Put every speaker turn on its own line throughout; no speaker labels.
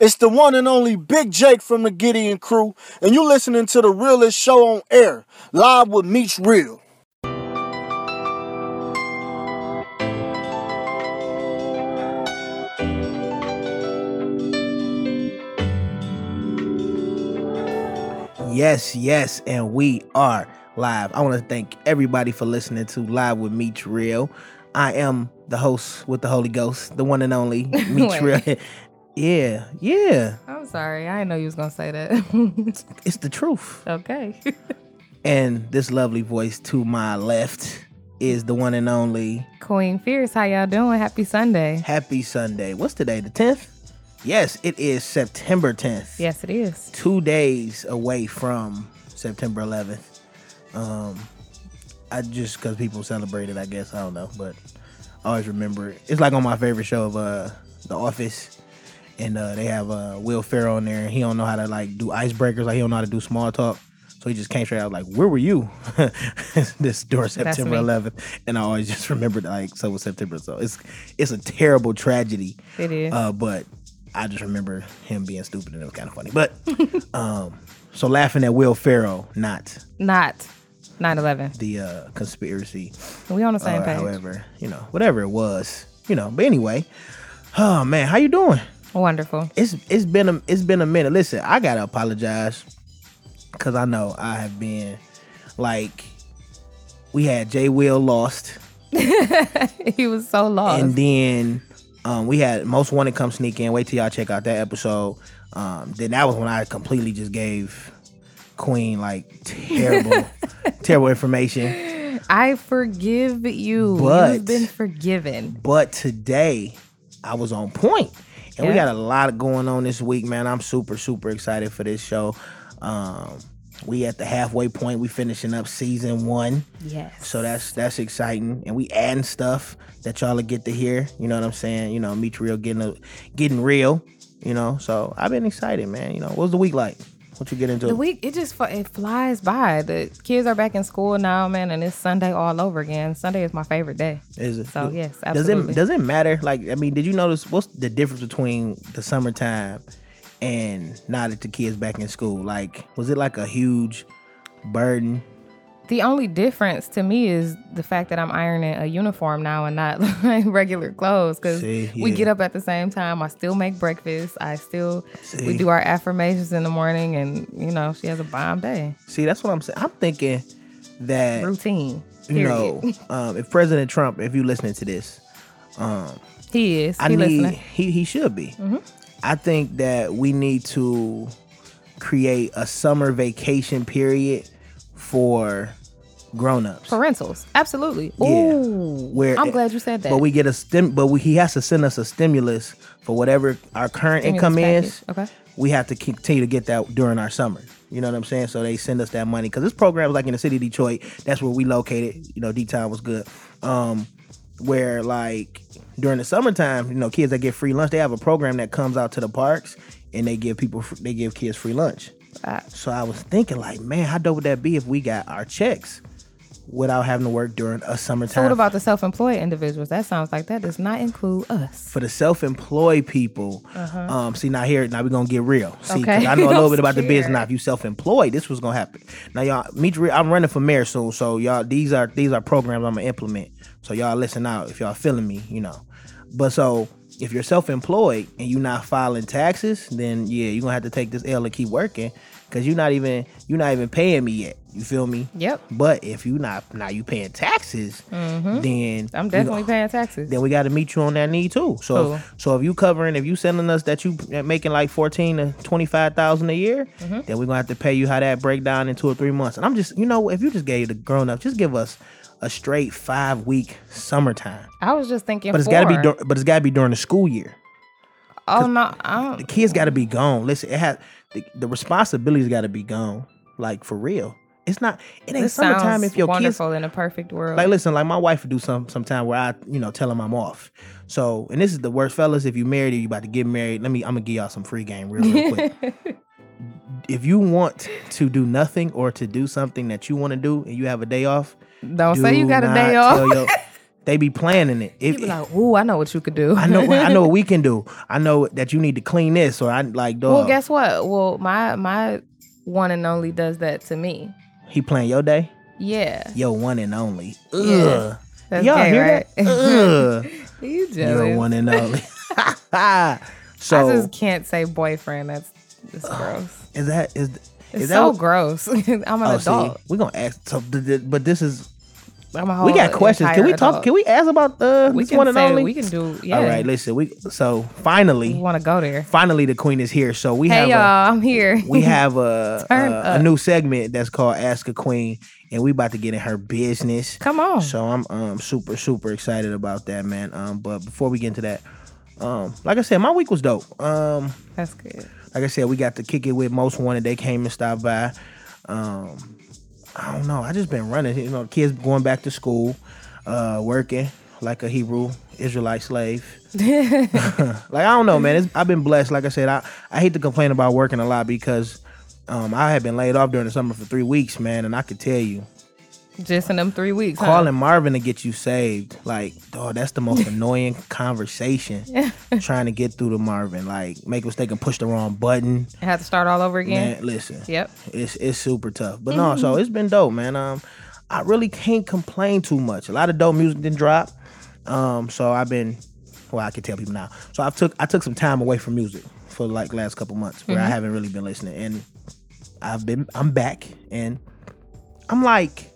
It's the one and only Big Jake from the Gideon crew, and you listening to the realest show on air, live with Meach Real.
Yes, yes, and we are live. I want to thank everybody for listening to Live with Meech Real. I am the host with the Holy Ghost, the one and only Meech
Wait.
Real. yeah, yeah,
I'm sorry. I didn't know you was gonna say that.
it's the truth.
okay.
And this lovely voice to my left is the one and only
Queen Fierce, how y'all doing? Happy Sunday.
Happy Sunday. What's today? The 10th? Yes, it is September 10th.
Yes, it is.
two days away from September 11th. Um, I just because people celebrate it, I guess I don't know, but I always remember it. It's like on my favorite show of uh, The Office, and uh, they have uh, Will Ferrell on there, and he don't know how to like do icebreakers, like he don't know how to do small talk. So he just came straight out like, "Where were you?" this during September
me.
11th, and I always just remembered like so was September. So it's it's a terrible tragedy.
It is.
Uh, but I just remember him being stupid and it was kind of funny. But um, so laughing at Will Ferrell, not
Not 9-11.
the uh, conspiracy,
We on
or
the same page.
however you know, whatever it was, you know. But anyway, oh man, how you doing?
Wonderful.
It's it's been a it's been a minute. Listen, I gotta apologize because I know I have been like we had Jay Will lost.
he was so lost.
And then um, we had Most Wanted come sneak in. Wait till y'all check out that episode. Um, then that was when I completely just gave Queen like terrible, terrible information.
I forgive you.
But-
You've been forgiven.
But today I was on point. And we
Yeah.
got a lot going on this week, man. I'm super, super excited for this show. Um, we at the halfway point. We finishing up season one.
Yes.
So that's that's exciting, and we adding stuff that y'all will get to hear. You know what I'm saying? You know, meet real getting a, getting real. You know, so I've been excited, man. You know, what's the week like? What you get into?
The week it just fu- it flies by. The kids are back in school now, man, and it's Sunday all over again. Sunday is my favorite day.
Is it?
So, yes,
Does
absolutely.
it does it matter? Like, I mean, did you notice what's the difference between the summertime and now that the kids back in school? Like, was it like a huge burden?
The only difference to me is the fact that I'm ironing a uniform now and not like regular clothes because
See,
we
yeah.
get up at the same time. I still make breakfast. I still
See.
we do our affirmations in the morning, and you know she has a bomb day
See, that's what I'm saying. I'm thinking that
routine.
you
Period.
know, um, if President Trump, if you listening to this,
he is. He
I need
listening.
he he should be. I think that we need to create a summer vacation period for grown-ups.
Parentals, absolutely.
Yeah.
Ooh,
Where-
I'm glad you said that.
But we get a stim but we, he has to send us a stimulus for whatever our current
Stimulus
income is.
package, okay.
We have to continue to get that during our summer. You know what I'm saying? So they send us that money cuz this program is like in the city of Detroit. That's where we located. You know, D-Town was good. Um where like during the summertime, you know, kids that get free lunch, they have a program that comes out to the parks and they give people fr- they give kids free lunch.
Ah.
So I was thinking like, man, how dope would that be if we got our checks without having to work during a
so
summertime?
what about the self-employed individuals? That sounds like that does not include us.
for the self-employed people. Um, see now here now we're gonna get real. See, 'cause
Uh-huh. Okay.
I know a little bit about the
Scared.
business. Now if you self-employed, this was gonna happen. Now y'all, me, Dre- I'm running for mayor soon, so y'all these are these are programs I'm gonna implement. So y'all listen out if y'all feeling me, you know. But so if you're self-employed and you're not filing taxes, then yeah, you're gonna have to take this L and keep working because you're not even you're not even paying me yet. You feel me?
Yep. Mm-hmm.
But if you not now you paying taxes, then
I'm
you
definitely
gon-
paying taxes.
then we got to meet you on that need too. So,
Cool.
so if you covering, if you sending us that you making like fourteen to twenty five thousand a year,
Mm-hmm.
then we're gonna have to pay you how that break down in two or three months. And I'm just, you know, if you just gave the grown up, just give us a straight five week summertime.
I was just thinking,
But it's gotta be,
four.
dur- but it's gotta be during the school year.
Oh no, I
The
don't.
kids gotta be gone. Listen, it has the, the responsibilities gotta be gone, like for real. It's not. It ain't
This
summertime
sounds
if your kids
wonderful in a perfect world.
Like, listen, like my wife would do some sometime where I, you know, tell them I'm off. So, and this is the worst, fellas. If you married or you about to get married, let me. I'm gonna give y'all some free game real, real quick. if you want to do nothing or to do something that you want to do and you have a day off,
don't say
do
you got a
not
day
tell
off.
your- They be planning it. If-
You be like, ooh, I know what you could do.
I know. I know what we can do. I know that you need to clean this, or I like dog.
well, guess what? Well, my my one and only does that to me.
he playing your day,
Yeah,
your one and only. Ugh.
Yeah. that's
Y'all
gay,
hear
right?
that? Ugh.
you
your
jealous?
one and only. so
I just can't say boyfriend. That's it's gross.
is that is
It's
is that
so
what-
gross. I'm an
Oh, see,
adult.
we're gonna ask. So, th- th- but this is
I'm a whole
we got questions. Can
entire
we talk?
adult.
Can we ask about uh,
We
this
can
one and
say-
only?
We can do. Yeah.
All right, listen. We so
We
finally,
want to go there.
finally, the queen is here. So we have
Hey y'all,
a,
i I'm here.
we have a
Turn
a, a
up.
new segment that's called Ask a Queen, and we about to get in her business.
Come on.
So I'm um super super excited about that, man. Um, but before we get into that, um, like I said, my week was dope. Um,
That's good.
like I said, we got to kick it with most wanted. They came and stopped by. Um, I don't know. I just been running. You know, kids going back to school, uh, working like a Hebrew Israelite slave. like I don't know, man. It's, I've been blessed. Like I said, I I hate to complain about working a lot because. Um, I had been laid off during the summer for three weeks, man, and I could tell you,
Just in them three weeks. huh?
calling Marvin to get you saved, like, dog, that's the most annoying conversation. trying to get through to Marvin, like, make a mistake and push the wrong button.
I have to start all over again.
Man, listen,
Yep.
it's it's super tough. But no, so it's been dope, man. Um, I really can't complain too much. A lot of dope music didn't drop. Um, so I've been, well, I can tell people now. So I took I took some time away from music for like last couple months where I haven't really been listening, and I've been I'm back, and I'm like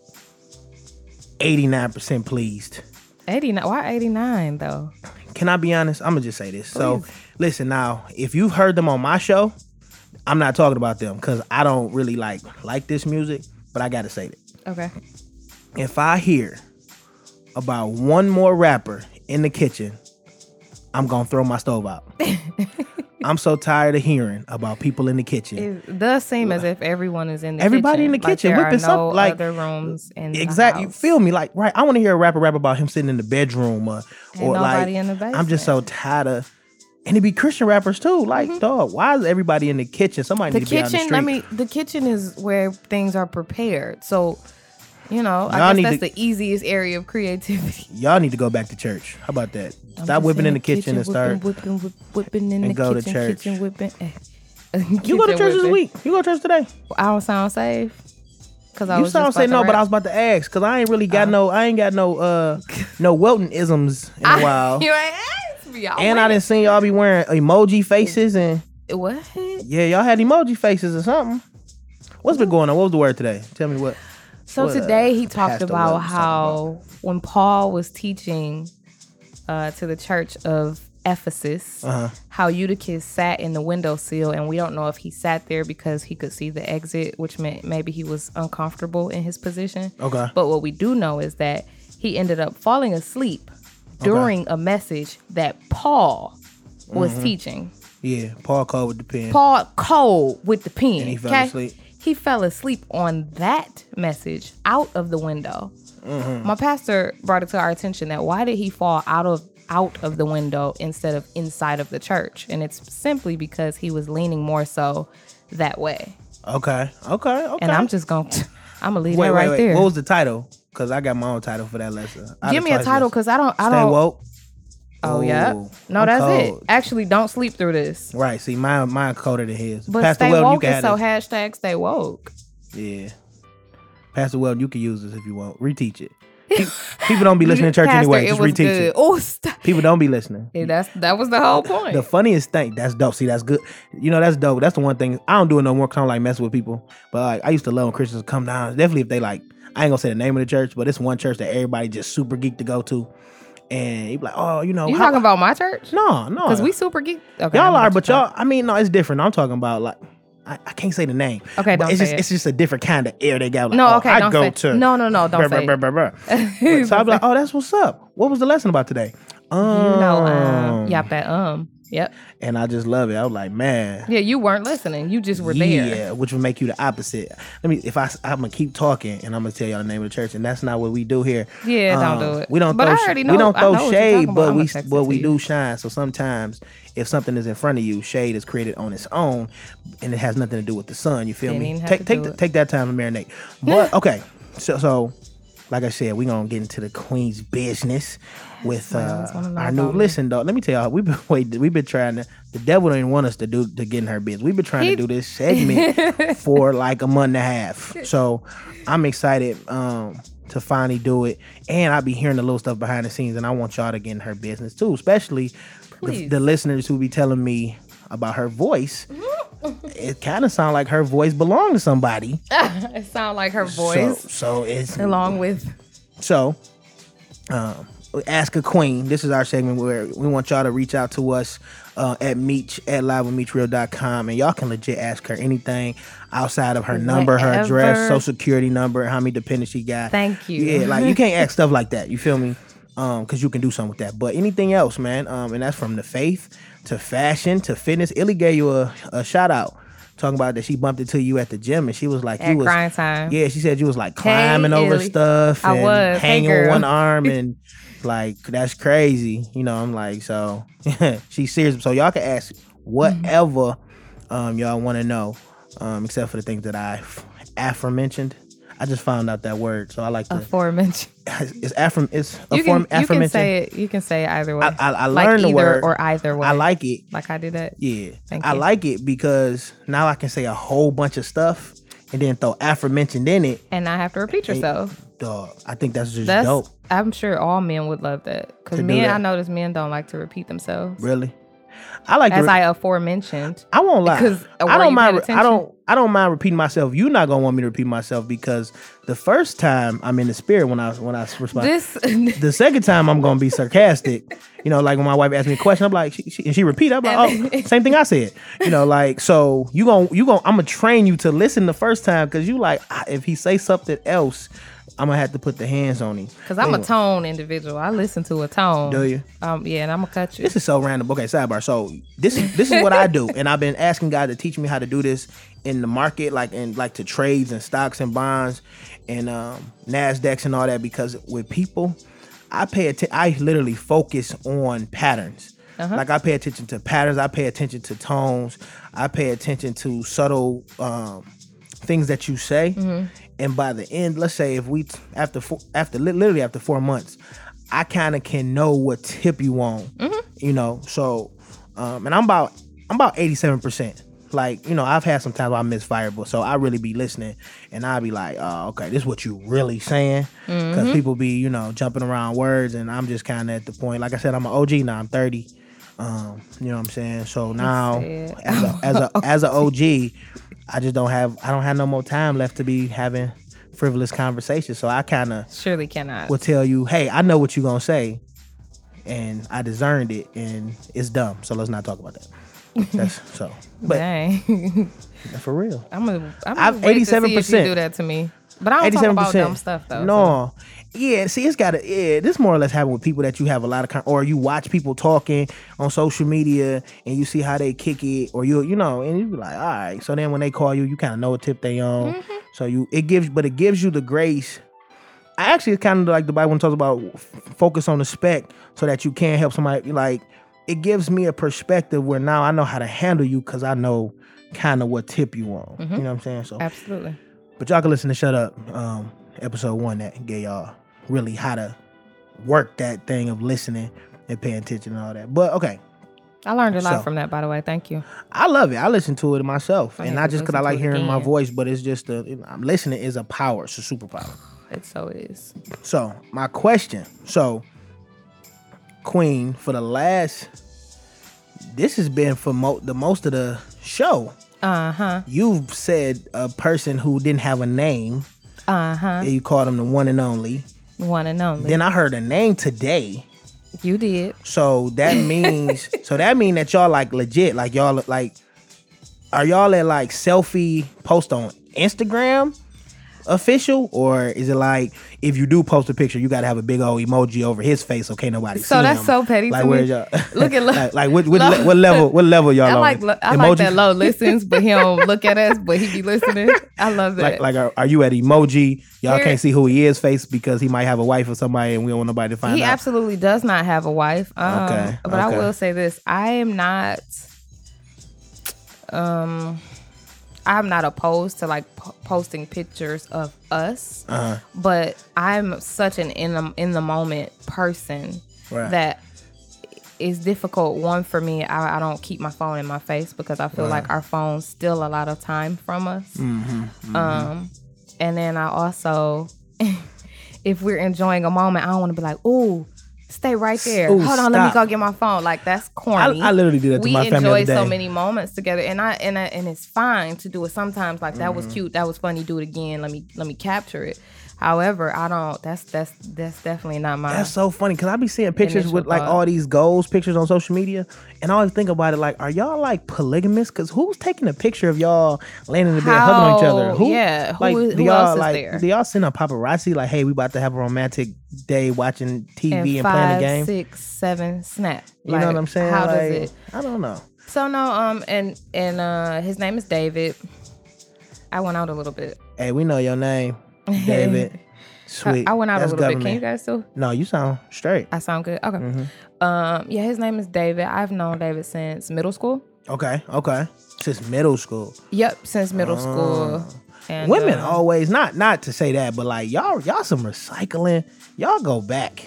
eighty nine percent pleased.
89. Why 89 though?
Can I be honest? I'm gonna just say this. So listen now, if you've heard them on my show, I'm not talking about them because I don't really like like this music, but I gotta say it.
Okay.
If I hear about one more rapper in the kitchen, I'm gonna throw my stove out. I'm so tired of hearing about people in the kitchen.
It does seem as if everyone is in the
Everybody in the
kitchen.
kitchen
like there
whipping
are no
something, like-
other rooms in
Exactly. You feel me? Like, right. I want to hear a rapper rap about him sitting in the bedroom uh,
Ain't
or like,
nobody in the
I'm just so tired of, and it be Christian rappers too. Like, dog, why is everybody in the kitchen? Somebody
Mm-hmm.
need to
the
be out in the
kitchen.
street.
I mean, the kitchen is where things are prepared. So, you know,
Y'all
I
need
guess that's
to-
the easiest area of creativity.
Y'all need to go back to church. How about that?
I'm
Stop
just
whipping in the kitchen, and
whipping,
start.
whipping, whipping, whipping in
and
the
go to
kitchen,
church.
kitchen whipping. eh.
You go to church
Kitchen
this
whipping.
week. You go to church today.
I don't sound safe because I
You
was just
sound
about
say
to Uh-huh.
no, but I
rap.
was about to ask because I ain't really got no. I ain't got no. uh No Welton isms in a while.
you ain't asked me. I
And I didn't see y'all be wearing emoji faces and
went- what?
yeah, y'all had emoji faces or something. What's been going on? What was the word today? Tell me what.
So
What, uh,
today he talked
Pastor
about
Welton talking
how when Paul was teaching uh, to the church of Ephesus,
Uh-huh.
how Eutychus sat in the windowsill, and we don't know if he sat there because he could see the exit, which meant maybe he was uncomfortable in his position.
Okay.
But what we do know is that he ended up falling asleep during a message that Paul was
Mm-hmm.
teaching.
Yeah, Paul Cole with the pen.
Paul Cole with the pen.
he fell
okay?
asleep.
He fell asleep on that message out of the window.
Mm-hmm.
My pastor brought it to our attention that why did he fall out of out of the window instead of inside of the church? And it's simply because he was leaning more so that way.
Okay, okay, okay.
And I'm just gonna I'm gonna leave
wait,
that
wait,
right
wait.
there.
What was the title? Because I got my own title for that lesson. I just
Give me a
taught
title
this.
because I don't I
Stay
don't
woke.
Oh yeah.
Ooh,
No,
I'm
that's
cold.
it. Actually don't sleep through this.
Right. See, mine, mine colder than his.
But
Pastor
stay
Weldon, you
woke
can
is
have
so
this.
hashtag stay woke.
Yeah. Pastor Weldon, you can use this if you want. Reteach it. Pe- People don't be listening to church
Pastor,
anyway.
it
Just
was
reteach
good.
it.
Oh, stop.
People don't be listening.
Yeah, that's that was the whole point.
The funniest thing, that's dope. See, that's good. You know, that's dope. That's the one thing I don't do it no more because I don't like messing with people. But like, I used to love when Christians would come down. Definitely if they like, I ain't gonna say the name of the church, but it's one church that everybody just super geek to go to. And you be like, oh, you know,
you
how-
talking about my church?
no, no,
Because we super geek. Okay,
y'all
I'm
are,
about
but
to
y'all, I mean, no, it's different. I'm talking about like, I, I can't say the name.
Okay,
but
don't
it's
say
just
it.
it's just a different kind of air they got. Like,
No,
oh,
okay,
I
don't
go
say it.
to
No, no, no,
brr,
don't say
brr,
it.
brr, brr. But So I'd be like, oh, that's what's up. What was the lesson about today? Um,
talk. You know, um, yep, that um, yep,
and I just love it. I was like, man,
yeah. You weren't listening. You just were there.
yeah, which would make you the opposite. Let me, if I, I'm gonna keep talking, and I'm gonna tell y'all the name of the church, and that's not what we do here. Um,
Yeah, don't do it.
We don't.
But
throw
I
sh-
already
We
know-
don't
I
throw
know what you're
shade,
talking about.
but
I'ma
we,
text it
but
to
we
you.
do shine. So sometimes, if something is in front of you, shade is created on its own, and it has nothing to do with the sun. You feel
Didn't
me?
even have
Take,
to
take,
do
the,
it.
take that time to marinate. But okay, so, so Like I said, we're gonna get into the Queen's business with
My
uh,
ones wanna know
our new
about me.
listen dog. Let me tell y'all, we've been waiting, we've been trying to the devil didn't want us to do to get in her business. We've been trying
He-
to do this segment for like a month and a half. So I'm excited um to finally do it. And I'll be hearing the little stuff behind the scenes and I want y'all to get in her business too, especially the,
Please.
the listeners who be telling me about her voice. it kind of sounds like her voice belonged to somebody.
it sounds like her voice,
So, so it's
along with
so, um, ask a queen. This is our segment where we want y'all to reach out to us uh, at Meech at livewithmeechreal.com and y'all can legit ask her anything outside of her number, her address,
Whatever.
social security number, how many dependents she got.
Thank you.
Yeah, like you can't ask stuff like that. You feel me? Um, cause you can do something with that. But anything else, man. Um, and that's from the faith to fashion to fitness. Illy gave you a, a shout out talking about that she bumped into you at the gym and she was like,
At
you was
grind time.
Yeah, she said you was like climbing over
Illy.
stuff
I
and
was. Hey,
hanging with
girl.
one arm and like that's crazy. You know, I'm like, so she's serious. So y'all can ask whatever um y'all want to know, um, except for the things that I aforementioned. I just found out that word, so I like to.
aforementioned.
It's affirm. It's a
You
form
can, you can
aforementioned.
say it. You can say it either way.
I, I, I
like
learned
either
the word.
or either way.
I like it.
like I did that.
Yeah,
Thank
I
you.
like it because now I can say a whole bunch of stuff and then throw aforementioned in it.
and not have to repeat yourself.
Dog, I think that's just
That's
dope.
I'm sure all men would love that because
To do
men,
that.
I notice men don't like to repeat themselves.
Really, I like.
As
to re-
I
I,
aforementioned,
won't lie.
'cause uh, were
I
you
don't
paying
mind. I
attention?
don't. I don't mind repeating myself. You're not gonna want me to repeat myself because the first time I'm in the spirit when I when I respond.
this
the second time I'm gonna be sarcastic, you know, like when my wife asked me a question, I'm like, she, she, and she repeat, I'm like, oh, same thing I said, you know, like so you gon' you gon' I'm gonna train you to listen the first time because you like "Ah, if he say something else, I'm gonna have to put the hands on him.
because I'm a
Anyway,
tone individual. I listen to a tone.
Do you?
Um, yeah, and I'm gonna cut you.
This is so random. Okay, sidebar. So this is this is what I do, and I've been asking God to teach me how to do this in the market, like in like to trades and stocks and bonds and um, Nasdaqs and all that. Because with people, I pay attention. I literally focus on patterns. Like I pay attention to patterns. I pay attention to tones. I pay attention to subtle um, things that you say. And by the end, let's say if we after four, after li- literally after four months, I kind of can know what tip you on. You know, so um, and I'm about I'm about eighty seven percent. Like you know, I've had some times where I miss fireball, so I really be listening, and I be like, oh, okay, this is what you really saying, because people be you know jumping around words, and I'm just kind of at the point. Like I said, I'm an OG now. I'm thirty. Um, you know what I'm saying? So now,
sad.
as a as a as a OG, I just don't have I don't have no more time left to be having frivolous conversations. So I kind of
Surely cannot.
will tell you, hey, I know what you're gonna say, and I discerned it, and it's dumb. So let's not talk about that. That's so, but
Dang,
for real,
I'm gonna. I'm
I've
gonna wait to see if
87%.
you do that to me. But I don't talk
eighty-seven
about
percent
dumb stuff though. so-
No, yeah. See, it's got to. Yeah, this more or less happen with people that you have a lot of, con- or you watch people talking on social media, and you see how they kick it, or you, you know, and you be like, all right. So then when they call you, you kind of know what tip they on.
Mm-hmm.
So you, it gives, but it gives you the grace. I actually kind of like the Bible when it talks about f- focus on the spec, so that you can help somebody. Like, it gives me a perspective where now I know how to handle you because I know kind of what tip you on.
Mm-hmm.
You know what I'm saying? So
absolutely.
but y'all can listen to Shut Up, um, episode one that gave y'all really how to work that thing of listening and paying attention and all that. But okay,
I learned a lot
So-
from that, by the way. Thank you.
I love it. I listen to it myself,
I
and
had
not
to
just because I
listen to
like
it
hearing my
again.
voice, but it's just a, you know, I'm listening is a power. It's a superpower.
It so is.
So my question, so Queen, for the last, this has been for mo- the most of the show.
Uh huh.
You've said a person who didn't have a name,
Uh huh.
and you called them the one and only.
One and only.
Then I heard a name today.
you did.
So that means so that mean that y'all like legit. Like y'all like are y'all at like selfie post on Instagram official? Or is it like if you do post a picture, you gotta have a big old emoji over his face so can't nobody
So
see
that's
him?
so petty
Like
to
where
me.
y'all
Look at Lo-
like, like what, what,
Lo-
le- what level what level y'all
I
on?
like lo- I like that low listens, but he don't look at us, but he be listening. I love
Like,
that.
like are, are you at emoji? Y'all
Here-
can't see who he is face because he might have a wife or somebody and we don't want nobody to find
he
out.
absolutely does not have a wife. Um,
Okay,
But I
okay.
will say this: I am not. Um, I'm not opposed to like po- posting pictures of us,
Uh-huh.
but I'm such an in the in the moment person
Right.
that it's difficult. One for me, I, I don't keep my phone in my face because I feel like our phones steal a lot of time from us.
Mm-hmm,
Um, and then I also, if we're enjoying a moment, I don't want to be like, ooh. Stay right there.
Ooh,
Hold on, let me
stop.
go get my phone. Like that's corny.
I literally do that to
we
my family the
enjoy
other
so
day.
many moments together, and I and I, and it's fine to do it sometimes. Like that
Mm-hmm.
was cute, that was funny. Do it again. Let me let me capture it. However, I don't. That's that's that's definitely not my.
That's so funny because I be seeing pictures
Initial
with like
thought.
all these goals pictures on social media, and I always think about it like, are y'all like polygamous? Because who's taking a picture of y'all laying in the bed hugging each other?
How- yeah, who
like,
is-
do
who
y'all,
else is
like,
there?
Do y'all send a paparazzi like, hey, we about to have a romantic day watching TV and, playing
five,
a game?
six, seven, snap.
you know what I'm saying?
How
like,
does it?
I don't know.
So no, um, and and uh, his name is David. I went out a little bit.
Hey, we know your name, David. Sweet.
I went out
That's
a little bit. Can
government.
you guys still?
No, you sound straight.
I sound good. Okay.
Mm-hmm.
Um, yeah, his name is David. I've known David since middle school.
Okay, okay. Since middle school.
Yep, since middle school.
Oh.
And,
Women
uh,
always not not to say that, but like y'all y'all some recycling. Y'all go back.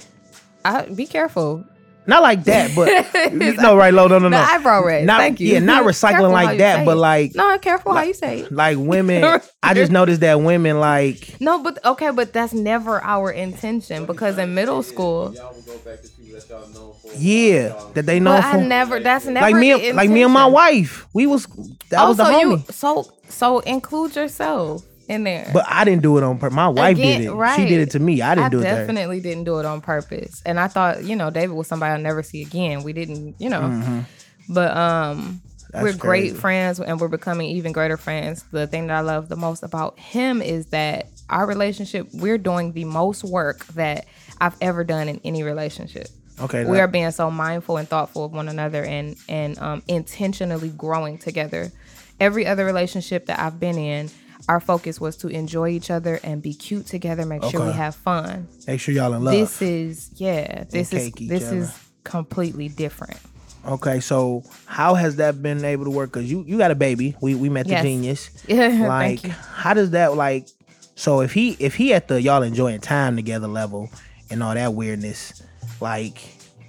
I, be careful.
Not like that, but you know, right? Low, no, no,
The
no.
eyebrow red.
Not,
Thank you.
Yeah, not
Careful
recycling
how
like
you
that,
say
but
it.
like
no, careful how you say it.
like women. I just noticed that women like
No, but okay, but that's never our intention because in middle school,
Y'all will go back to people that y'all know for.
yeah that they know
but
for
I never. That's never
like me
the
and- like me and my
intention.
wife. We was that was the
so
homie,
You, so so include yourself in there.
but I didn't do it on purpose. My wife
Again,
did it.
right.
She did it to me. I didn't do it. to her.
definitely didn't do it on purpose. And I thought, you know, David was somebody I'll never see again. We didn't, you know. But um
Mm-hmm. That's
we're great
crazy.
friends and we're becoming even greater friends. The thing that I love the most about him is that our relationship, we're doing the most work that I've ever done in any relationship.
Okay,
We
now-
are being so mindful and thoughtful of one another and and um, intentionally growing together. Every other relationship that I've been in, our focus was to enjoy each other and be cute together, make sure we
Okay.
have fun.
Make sure y'all in love.
This is yeah, this is
cake each
this
other.
is completely different.
Okay, so how has that been able to work? Cause you you got a baby. We we met
Yes.
the genius.
Yeah, thank
like
you.
how does that like? So if he if he at the y'all enjoying time together level and all that weirdness, like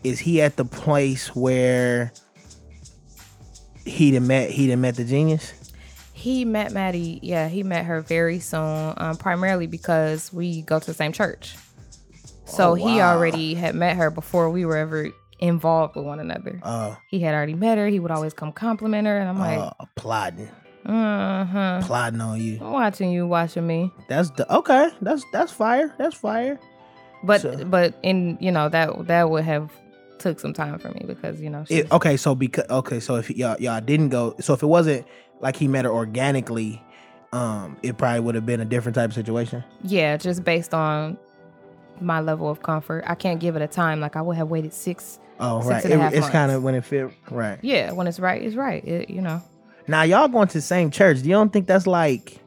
is he at the place where he done met he done met the genius?
He met Maddie, yeah, he met her very soon, um, primarily because we go to the same church. So
Oh,
he
wow.
already had met her before we were ever involved with one another.
Uh,
he had already met her. He would always come compliment her, and I'm like,
uh plotting
uh huh.
plotting on you.
I'm watching you, watching me.
That's the okay. That's that's fire. That's fire.
But
So-
but in you know that that would have took some time for me because you know she,
It, oh. okay, so because okay, so if y'all y'all didn't go, so if it wasn't like he met her organically, um, it probably would have been a different type of situation.
yeah, just based on my level of comfort, I can't give it a time. Like I would have waited six.
Oh,
Six
right,
and a
It-
half
it's kind of
months.
when it fit right.
Yeah, when it's right, it's right. It, you know,
Now y'all going to the same church. You don't think that's like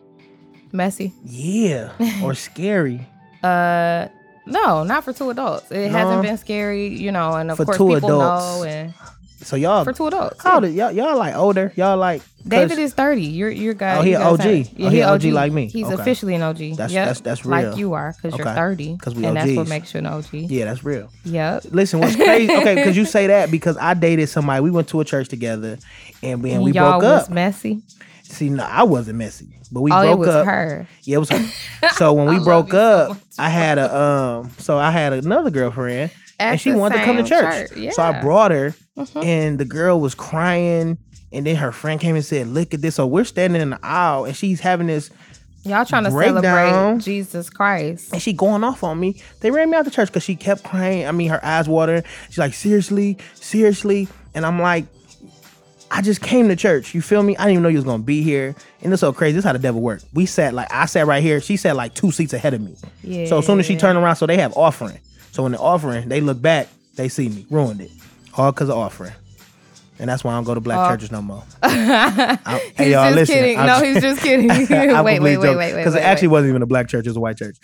messy.
yeah or scary?
Uh, no, not for two adults. It
No.
hasn't been scary, you know. And of
For
course,
two
people
adults.
know. And
So y'all
for two adults,
how
yeah.
old is- y'all y'all like older. Y'all like 'cause
David is thirty. You're you're guy.
Oh, he
you
an
guys
OG.
have-
Oh, he an OG like me.
He's
Okay.
officially an OG.
That's-
Yep.
that's- that's real.
Like you are because
Okay.
you're thirty.
'Cause we
and that's what
OGs.
makes you an OG.
Yeah, that's real.
Yep.
Listen, what's crazy? okay, because you say that because I dated somebody. We went to a church together, and then we
y'all
broke
was
up.
messy.
See, no, I wasn't messy, but we
oh,
broke
it was
up.
her.
Yeah, it was. her. so when we
love
broke
you so
up,
much.
I had a um. So I had another girlfriend,
At
and she
the
wanted to come to
same
church.
church,
So I
yeah. Mm-hmm.
brought her, and the girl was crying. And then her friend came and said, "Look at this." So we're standing in the aisle, and she's having this,
Y'all trying to
Breakdown.
celebrate Jesus Christ.
and she going off on me. They ran me out the church because she kept crying. I mean, her eyes watering. She's like, "Seriously, seriously," and I'm like. I just came to church. You feel me? I didn't even know you was gonna be here. And it's so crazy. This is how the devil worked. We sat like I sat right here. She sat like two seats ahead of me.
Yeah.
So as soon as she turned around, so they have offering. So when the offering, they look back, they see me. Ruined it. All because of offering. and that's why I don't go to black churches no more. I,
Oh. He's
hey, y'all,
just
listen,
kidding.
I'm
no,
j-
he's just kidding.
I
wait, wait, wait, wait, wait.
Because it
wait,
actually
wait.
wasn't even a black church; it was a white church,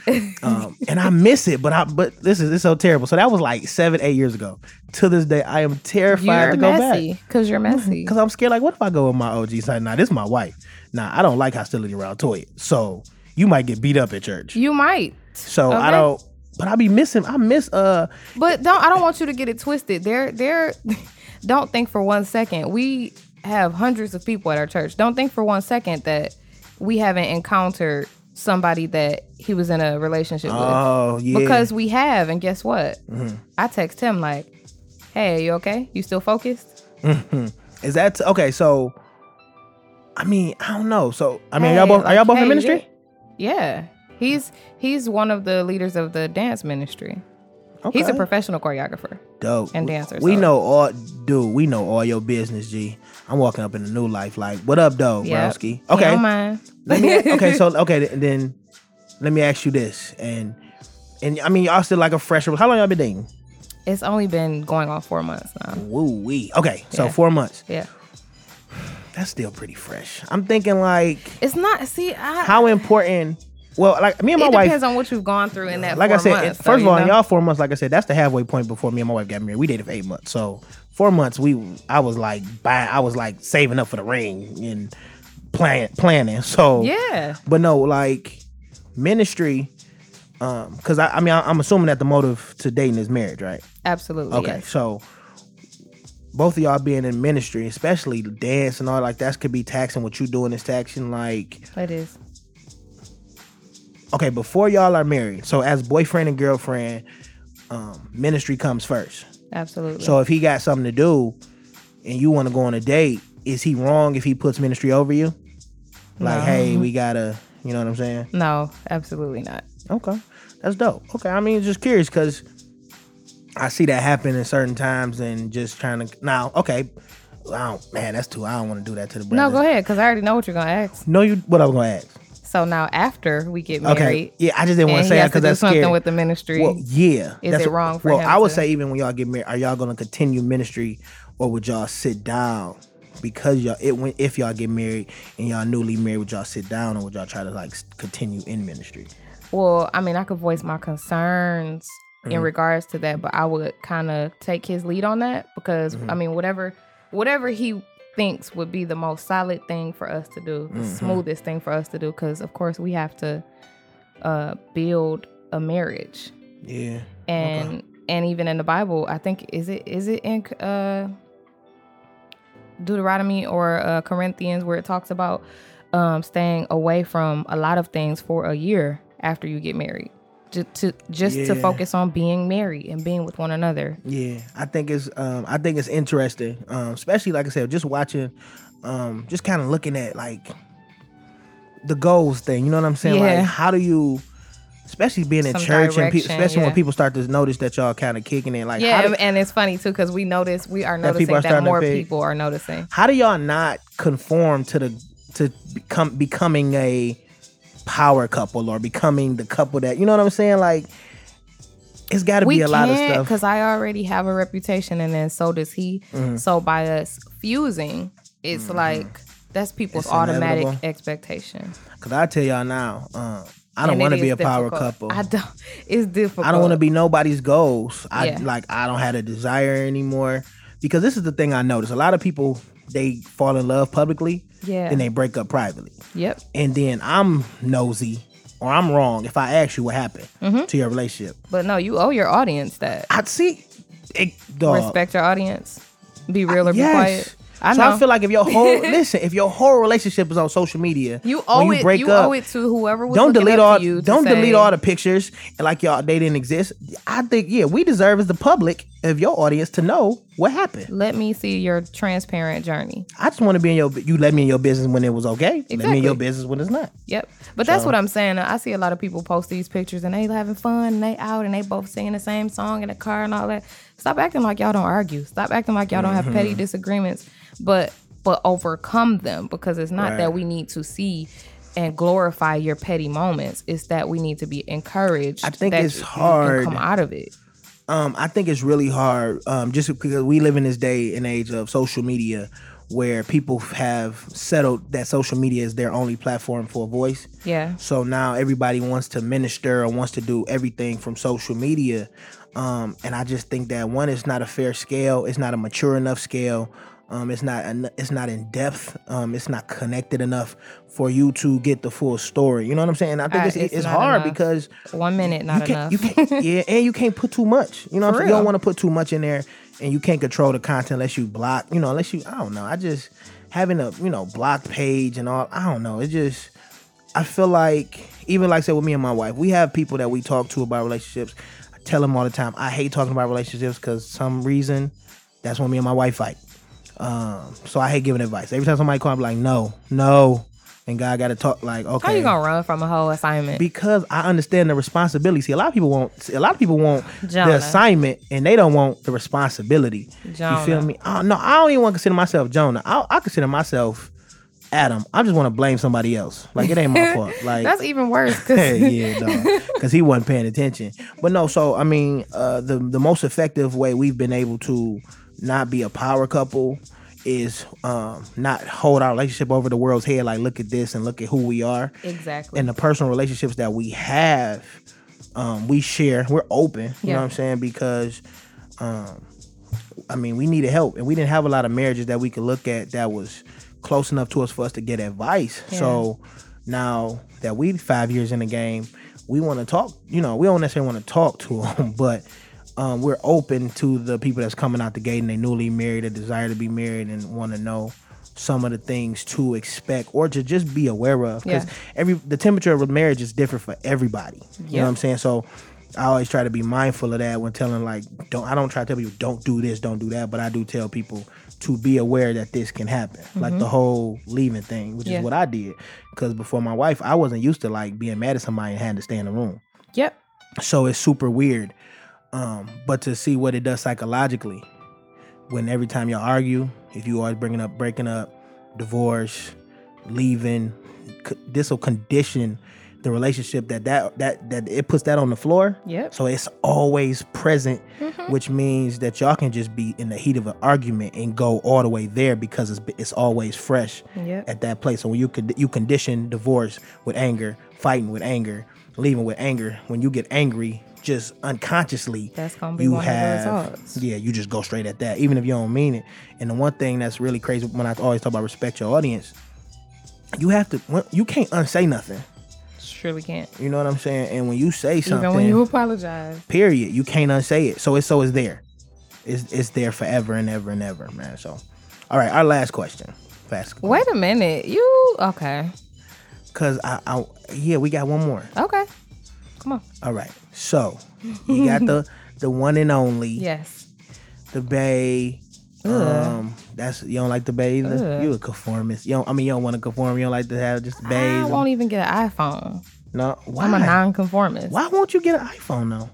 um, and I miss it. But I, but this is it's so terrible. So that was like seven, eight years ago. To this day, I am terrified
you're
to go
messy
back
because you're messy.
because I'm scared. Like, what if I go with my OG side? Nah, this is my wife. Nah, I don't like hostility around Toya. So you might get beat up at church.
You might.
So
Okay.
I don't. But I be missing. I miss. Uh,
But don't I don't want you to get it twisted. There there don't think for one second. We have hundreds of people at our church. Don't think for one second that we haven't encountered somebody that he was in a relationship
oh yeah. Mm-hmm.
with. Because we have, and guess what? I text him like, Hey, you okay? You still focused?
Is that okay? So, I mean, I don't know. So, I mean, y'all
Hey,
both are y'all
like,
both
hey,
in ministry?
Yeah. He's he's one of the leaders of the dance ministry.
Okay.
He's a professional choreographer.
dope
and
We-
dancer,
We
so-
know all, dude. We know all your business, G. I'm walking up in a new life. Like, what up, though,
Yeah.
Browski?
He
Okay.
don't mind.
Let me- okay. So, okay. th- Then, let me ask you this, and and I mean, y'all still like a fresh. How long y'all been dating?
It's only been going on four months now.
Woo wee. Okay. So
Yeah.
four months.
Yeah.
That's still pretty fresh. I'm thinking like,
It's not. See, I,
how important? Well, like me and my
it
wife.
depends on what you've gone through in that.
like
four
I said,
months,
it- first of
so,
all,
you
in
know.
y'all four months, like I said, that's the halfway point before me and my wife got married. We dated for eight months, so four months we, I was like, buy, I was like saving up for the ring and plan, planning. So
Yeah.
but no, like ministry, um, because I, I mean, I, I'm assuming that the motive to dating is marriage, right?
Absolutely.
Okay,
Yes.
so both of y'all being in ministry, especially dance and all like that, could be taxing. What you doing is taxing, like.
It is.
okay, before y'all are married, so as boyfriend and girlfriend, um, ministry comes first.
Absolutely.
So if he got something to do and you want to go on a date, is he wrong if he puts ministry over you? Like,
No.
hey, we gotta, you know what I'm saying?
no, absolutely not.
Okay, that's dope. Okay, I mean, just curious because I see that happen in certain times and just trying to now. Okay, I don't, man, that's too. I don't want to do that to the
No,
brothers.
go ahead, because I already know what you're gonna ask.
No, you. What I was gonna ask.
So now, after we get married,
Okay, yeah, I just didn't want
and
to say
he
that
has to
because
do
that's
something
scary.
with the ministry.
Well, yeah.
Is it wrong for
well,
him
I would
to-
say even when y'all get married, are y'all gonna continue ministry, or would y'all sit down? Because y'all, it when if y'all get married and y'all newly married, would y'all sit down or would y'all try to like s- continue in ministry?
Well, I mean, I could voice my concerns in regards to that, but I would kind of take his lead on that because I mean, whatever whatever he thinks would be the most solid thing for us to do, the smoothest thing for us to do cuz of course we have to uh build a marriage.
Yeah.
And and even in the Bible, I think is it is it in uh Deuteronomy or uh, Corinthians where it talks about um, staying away from a lot of things for a year after you get married, just to just to
Yeah.
focus on being married and being with one another.
Yeah, I think it's um, I think it's interesting, um, especially like I said, just watching, um, just kind of looking at like the goals thing. You know what I'm saying?
Yeah.
Like, how do you, especially being in
Some
church and pe-
direction,
especially when
yeah.
people start to notice that y'all kind of kicking in, like
yeah,
how do,
and, and it's funny too because we notice we are
That
noticing
people are
that,
starting to
more
pay-
people are noticing.
how do y'all not conform to the to become becoming a power couple or becoming the couple that you know what I'm saying? Like it's got to
we
be a lot of
can't,
stuff.
Because I already have a reputation, and then so does he.
Mm.
So by us fusing, it's like that's people's
Mm-hmm. It's
automatic
inevitable.
expectation.
Cause I tell y'all now, uh, I don't
And it
want to be
is
a power couple.
difficult. I
I,
don't. It's difficult.
don't want to be nobody's goals. I
Yeah.
like I don't have a desire anymore because this is the thing I notice. A lot of people they fall in love publicly,
Yeah.
then they break up privately.
Yep.
And then I'm nosy or I'm wrong if I ask you what happened
Mm-hmm.
to your relationship.
But no, you owe your audience that.
I see. It, dog.
Respect your audience. Be real or be
Oh. Yes.
quiet. I
so
know.
I feel like if your whole listen, if your whole relationship is on social media,
you owe
when
it.
you break
you
up,
owe it to whoever was
don't
looking
delete
up
all
to you. to
don't
say,
delete all the pictures and like y'all they didn't exist. I think yeah, we deserve as the public of your audience to know what happened.
Let me see your transparent journey.
I just want to be in your you let me in your business when it was okay. Let me in
Exactly.
your business when it's not.
Yep. But that's what I'm saying. I see a lot of people post these pictures and they having fun and they out and they both singing the same song in the car and all that. Stop acting like y'all don't argue. Stop acting like y'all don't have
Mm-hmm.
petty disagreements, but but overcome them because it's not that
Right.
we need to see and glorify your petty moments. It's that we need to be encouraged.
I think
that
it's
you can
hard.
come out of it.
um, I think it's really hard um, just because we live in this day and age of social media where people have settled that social media is their only platform for a voice.
Yeah.
So now everybody wants to minister or wants to do everything from social media. Um, and I just think that one, it's not a fair scale. It's not a mature enough scale. Um, it's not en- it's not in depth. Um, it's not connected enough for you to get the full story. You know what I'm saying? I think
Uh,
it's,
it's
it's
not
hard
enough.
because
One minute,
you
not
can't,
enough.
You can't, yeah, and you can't put too much. You know, what I'm
For
saying? you don't
real.
want to put too much in there, and you can't control the content unless you block. You know, unless you, I don't know. I just having a you know block page and all. I don't know. It just, I feel like even like I said with me and my wife, we have people that we talk to about relationships. I tell them all the time. I hate talking about relationships because some reason that's when me and my wife fight. Um, so I hate giving advice. Every time somebody call, I'm like, no, no, and God got to talk. Like, okay,
How you gonna run from a whole assignment?
because I understand the responsibility. See, a lot of people want see, a lot of people want
Jonah.
the assignment and they don't want the responsibility. You feel
Jonah.
me? I, no, I don't even want to consider myself Jonah. I, I consider myself Adam. I just want to blame somebody else. Like it ain't my fault. Like
That's even worse. 'cause-
yeah, no, because he wasn't paying attention. But no, so I mean, uh, the the most effective way we've been able to not be a power couple is um, not hold our relationship over the world's head. Like, look at this and look at who we are.
Exactly.
And the personal relationships that we have, um, we share. We're open. You know
Yeah.
what I'm saying? Because. Um, I mean, we needed help, and we didn't have a lot of marriages that we could look at that was close enough to us for us to get advice.
Yeah.
So now that we five years in the game, we want to talk. You know, we don't necessarily want to talk to them, but um, we're open to the people that's coming out the gate and they newly married, a desire to be married, and want to know some of the things to expect or to just be aware of because
Yeah.
every the temperature of marriage is different for everybody. You know what
Yeah.
I'm saying? So. I always try to be mindful of that when telling like don't I don't try to tell people don't do this, don't do that, but I do tell people to be aware that this can happen. Like the whole leaving thing, which
Mm-hmm. Yeah.
is what I did. Cause before my wife, I wasn't used to like being mad at somebody and having to stay in the room.
yep.
So it's super weird. Um, but to see what it does psychologically, when every time you argue, if you always bringing up breaking up, divorce, leaving, this will condition the relationship that that that that it puts that on the floor.
Yep.
So it's always present, which means that y'all can just be in the heat of an argument and go all the way there because it's it's always fresh
Yep.
at that place. So when you could you condition divorce with anger, fighting with anger, leaving with anger, when you get angry, just unconsciously,
That's gonna be one of the results.
yeah, you just go straight at that, even if you don't mean it. And the one thing that's really crazy when I always talk about respect your audience, you have to when- you can't unsay nothing.
Surely can't.
You know what I'm saying? And when you say something,
Even when you apologize.
period, you can't unsay it. So it's so it's there. It's it's there forever and ever and ever, man. So, all right, our last question. Fast.
Wait a minute. You okay?
Cause I, I yeah, we got one more.
Okay. Come on.
All right. So you got the the one and only
Yes.
the Bay. Um, that's you don't like the Bay either.
Ugh.
You a conformist. You don't, I mean, you don't want to conform. You don't like to have just the
I
bays.
won't even get an iPhone.
No, why?
I'm a non-conformist.
why won't you get an iPhone though?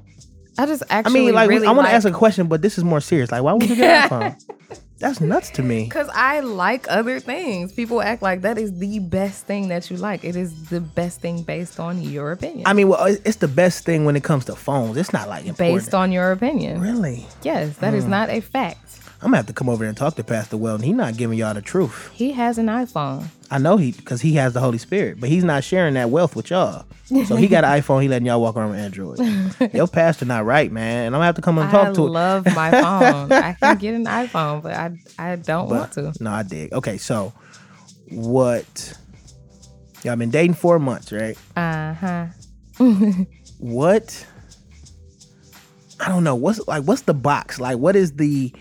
I just
I
actually.
mean, like
really
I want to
like-
ask a question, but this is more serious. Like, why would you get an iPhone? That's nuts to me.
Because I like other things. People act like that is the best thing that you like. It is the best thing based on your opinion.
I mean, well, it- it's the best thing when it comes to phones. It's not like important.
based on your opinion.
really. Hmm.
Yes, that is not a fact.
I'm gonna have to come over and talk to Pastor Weldon. He's not giving y'all the truth.
He has an iPhone.
I know he because he has the Holy Spirit, but he's not sharing that wealth with y'all. So he got an iPhone. He letting y'all walk around with Android. Your pastor not right, man. And I'm gonna have to come and talk
I
to it.
love my phone. I can get an iPhone, but I I don't want to.
No, I dig. Okay, so what? Y'all been dating four months, right?
Uh huh.
What? I don't know. What's like? What's the box? Like, what is the?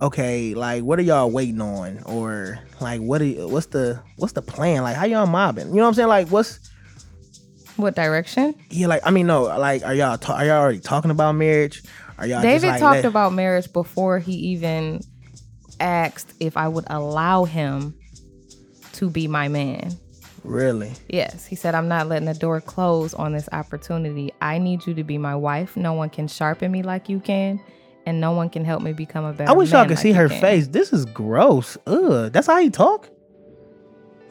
Okay, like, what are y'all waiting on? Or like, what? Are, what's the? What's the plan? Like, how y'all mobbing? You know what I'm saying? Like, what's
What direction?
Yeah, like I mean, no, like are y'all ta- are y'all already talking about marriage? Are y'all just,
David
like,
talked
let-
about marriage before he even asked if I would allow him to be my man.
really?
Yes, he said, I'm not letting the door close on this opportunity. I need you to be my wife. No one can sharpen me like you can, and no one can help me become a better.
I wish
man
y'all could
like
see
you
her
can.
face. This is gross. Ugh, that's how he talk.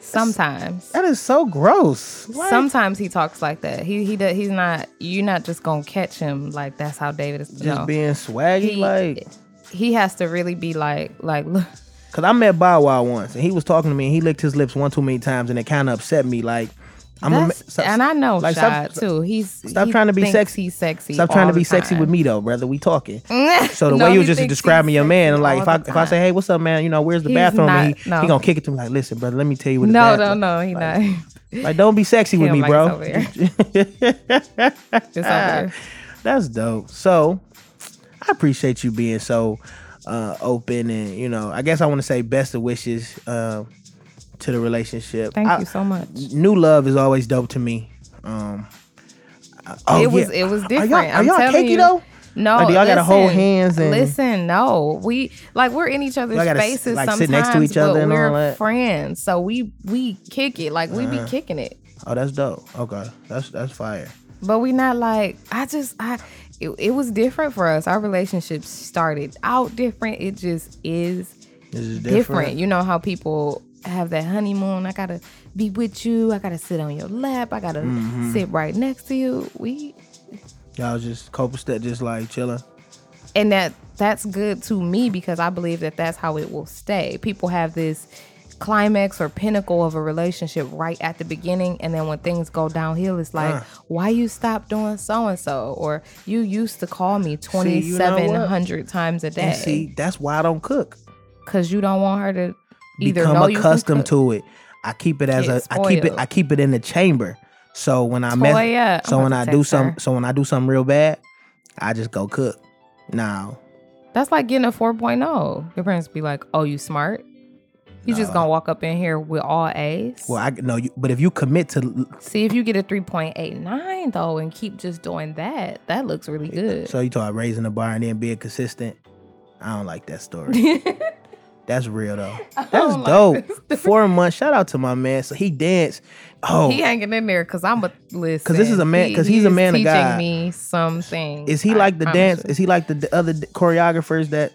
Sometimes.
That is so gross. Like,
Sometimes he talks like that. He he does, he's not you're not just going to catch him like that's how David is
just
no.
being swaggy,
he,
like.
he has to really be like like look
Cause I met Bow Wow once, and he was talking to me, and he licked his lips one too many times, and it kind of upset me. Like, I'm a, ma-
that's,
stop-
and I know
like, stop-
Shad too. He's
stop
he
trying to be
thinks
sexy.
He's sexy.
Stop trying
all
to be
the
sexy
time. Mm,
with me though, brother. We talking. So the
No,
way you
he
was just
thinks
describing
he's
your man, I'm like,
sexy
if I
all the
if I say,
time.
hey, what's up, man? You know, where's the
He's
bathroom? And
not-
he,
no.
he gonna kick it to me like, listen, brother, let me tell you what. the
No, no,
bathroom-
no, he not.
Like, don't be sexy
He
with
don't
me,
like us
bro.
over here. Just over
uh,
here.
That's dope. So I appreciate you being so uh, open and you know, I guess I want to say best of wishes uh, to the relationship.
Thank
I-
you so much.
New love is always dope to me. Um, I- oh,
it was
yeah.
it was
Are
different.
y'all, are
I'm
y'all
telling
cakey
you.
though?
No,
Like, do y'all
listen,
gotta hold hands and-
listen. No, we like we're in each other's
Y'all gotta,
faces
like,
sometimes,
sit next to each
but
other and
we're
all that?
friends, so we we kick it like we be kicking it,
Oh, that's dope. Okay, that's that's fire.
but we not like I just I it, it was different for us. Our relationship started out different. It just is
This is
different.
different.
You know how people have that honeymoon. I gotta be with you. I gotta sit on your lap. I gotta sit right next to you. We
Y'all just couple step, just like chilling.
and that that's good to me because I believe that that's how it will stay. People have this climax or pinnacle of a relationship right at the beginning and then when things go downhill it's like why you stop doing so and so or you used to call me
See, you know what?
2700 times a
And see,
day
that's why I don't cook.
cuz you don't want her to either
become
know you
accustomed
can cook,
to it. I keep it as
Get
a I keep it
spoiled.
I keep it in the chamber. So when I
Toy
mess,
up.
so
I'm
when
about
I
to
do
text
some
her.
so when I do something real bad, I just go cook. Now
that's like getting a 4.0 your parents be like oh you smart you just gonna walk up in here with all A's.
well I no you but if you commit to
See if you get a 3.89 though and keep just doing that. That looks really good.
so you talk about raising the bar and then being consistent, I don't like that story. That's real though. That's
don't like
dope.
this
Four months. Shout out to my man. So he danced. Oh,
he hanging in there because I'm a listen.
'Cause this is a man-
he-
'cause he's a
is
man of
teaching
God.
me something.
Is he
I
like the
promise
dance?
you.
Is he like the d- other d- choreographers that?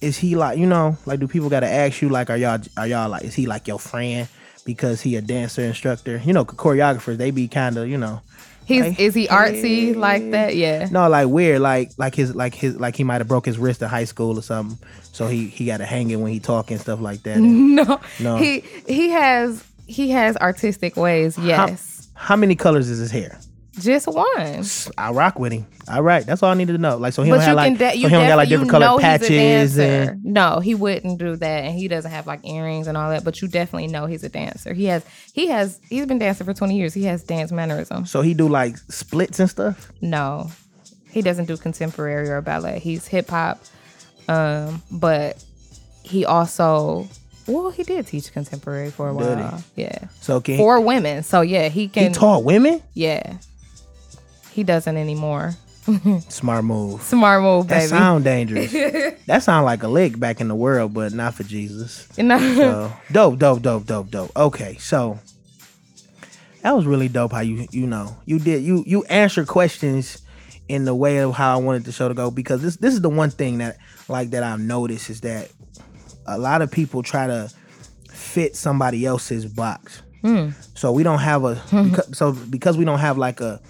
Is he like you know like do people gotta ask you like are y'all are y'all like is he like your friend because he a dancer instructor? You know choreographers they be kind of you know
He's
like,
is he artsy like that? Yeah.
no like weird like like his like his like he might have broke his wrist in high school or something so he he got to hang it when he talking stuff like that. And
No.
No.
He he has he has artistic ways. Yes.
How many colors is his hair?
Just one.
I rock with him. All right, that's all I needed to know. Like so he
But
don't
you
have like
can de-
so
you
he don't got like
definitely-
different
you
color
know
patches
he's a dancer.
and
no, he wouldn't do that, and he doesn't have like earrings and all that. But you definitely know he's a dancer. He has he has he's been dancing for twenty years. He has dance mannerisms.
so he do like splits and stuff.
No, he doesn't do contemporary or ballet. He's hip hop, um, but he also well he did teach contemporary for a
Did he?
while. Yeah,
So can
for women. So yeah, he
he
can.
taught women?
yeah, he doesn't anymore.
Smart move.
Smart move,
That
baby.
sound dangerous. that sound like a lick back in the world, but not for Jesus.
You know?
So dope, dope, dope, dope, dope. Okay, so that was really dope. How you you know you did you you answer questions in the way of how I wanted the show to go because this this is the one thing that like that I've noticed is that a lot of people try to fit somebody else's box. So we don't have a becau- so because we don't have like a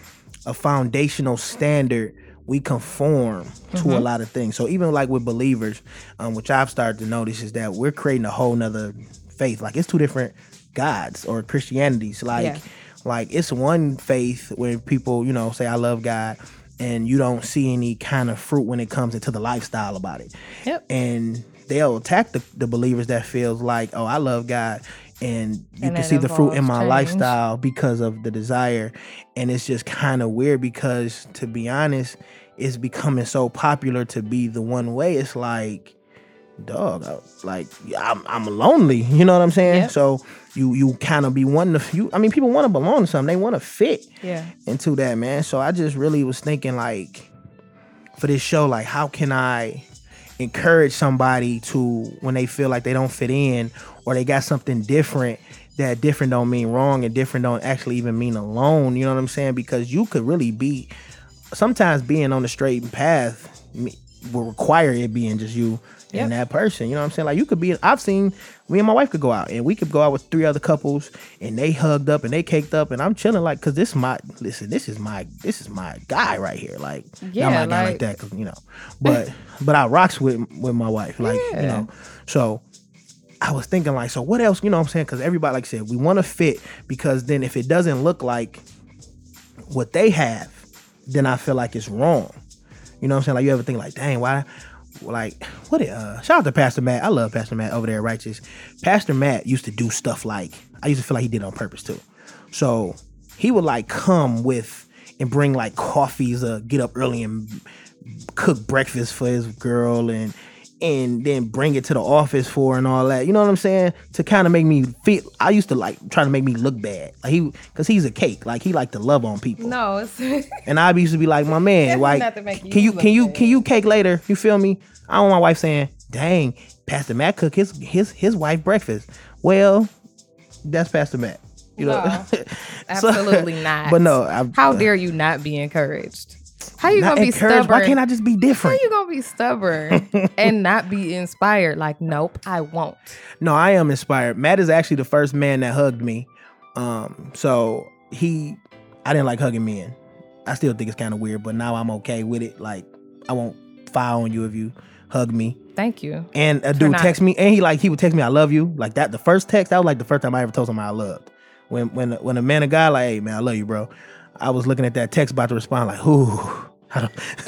a foundational standard, we conform to a lot of things. So even like with believers, um, which I've started to notice is that we're creating a whole nother faith. Like it's two different gods or Christianities. Like
Yeah.
like it's one faith where people you know say I love God. And you don't see any kind of fruit when it comes into the lifestyle about it
Yep.
and they'll attack the, the believers that feels like oh i love god and you
And
can
it
see the fruit in
involves
my
change.
lifestyle because of the desire and it's just kind of weird because to be honest it's becoming so popular to be the one way it's like dog I, like I'm, I'm lonely you know what i'm saying
Yep.
so you you kind of be wanting to you i mean people want to belong to something they want to fit
yeah.
into that, man. So I just really was thinking like for this show, like how can I encourage somebody to when they feel like they don't fit in or they got something different that different don't mean wrong and different don't actually even mean alone. You know what I'm saying? Because you could really be sometimes being on the straight path me- will require it being just you
Yep.
and that person. You know what I'm saying? Like you could be. I've seen me and my wife could go out, and we could go out with three other couples, and they hugged up and they caked up, and I'm chilling like, cause this is my listen. This is my this is my guy right here. Like
Yeah,
not my guy like
like-
that, 'cause, you know. But but I rocks with with my wife. Like you
Yeah.
know, so. I was thinking like, so what else? You know what I'm saying? Because everybody, like I said, we want to fit because then if it doesn't look like what they have, then I feel like it's wrong. You know what I'm saying? Like you ever think like, dang, why? Like what? it- Uh, shout out to Pastor Matt. I love Pastor Matt over there, at righteous. Pastor Matt used to do stuff like I used to feel like he did it on purpose too. So he would like come with and bring like coffees, uh, get up early and cook breakfast for his girl and and then bring it to the office for and all that. You know what I'm saying? To kind of make me feel I used to like trying to make me look bad. Like he cuz he's a cake. Like he like to love on people.
No, it's
And I used to be like, my man,
That's
like,
not to make you
can you
look
can you
bad.
can you cake later? You feel me? I don't want my wife saying, dang, Pastor Matt cook his his his wife breakfast. Well, that's Pastor Matt. You know,
No,
So-
absolutely not.
But no, I,
How dare you not be encouraged? How you
not
gonna be
encouraged.
stubborn?
Why can't I just be
How
different?
you gonna be stubborn and not be inspired? Like, nope, I won't.
No, I am inspired. Matt is actually the first man that hugged me. Um, so he, I didn't like hugging men. I still think it's kind of weird, but now I'm okay with it. Like, I won't fire on you if you hug me.
Thank you.
And a dude
not-
text me, and he like he would text me, "I love you." Like that, the first text that was like the first time I ever told somebody I loved. When when when a man a guy like, "Hey man, I love you, bro," I was looking at that text about to respond like, "Ooh, I don't,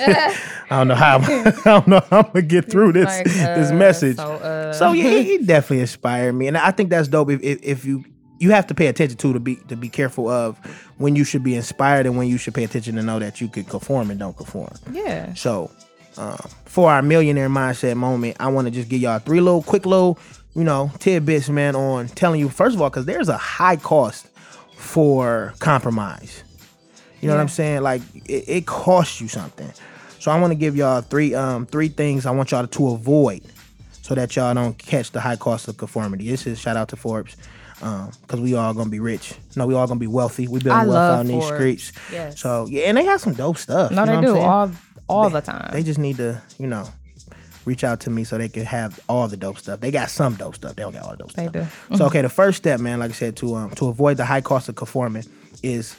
I don't know how I'm, I don't know how I'm gonna get through this
Like,
this
uh,
message."
So, uh,
So yeah, it, it definitely inspired me, and I think that's dope. If, if if you you have to pay attention to to be to be careful of when you should be inspired and when you should pay attention to know that you could conform and don't conform.
yeah.
So, um, for our millionaire mindset moment, I want to just give y'all three little quick little, you know, tidbits, man, on telling you first of all, because there's a high cost for compromise. You know what I'm saying? Like it, it costs you something. So I want to give y'all three um three things I want y'all to avoid so that y'all don't catch the high cost of conformity. This is shout out to Forbes. Um, cause we all gonna be rich. No, we all gonna be wealthy. We
I
building wealth
love
out in these
Forbes.
streets.
Yes.
So yeah, and they have some dope stuff.
No,
you know what
they
I'm
do
saying?
all all the time.
They just need to, you know, reach out to me so they can have all the dope stuff. They got some dope stuff. They don't got all the dope
They
stuff.
do.
So okay, the first step, man, like I said, to um to avoid the high cost of conforming is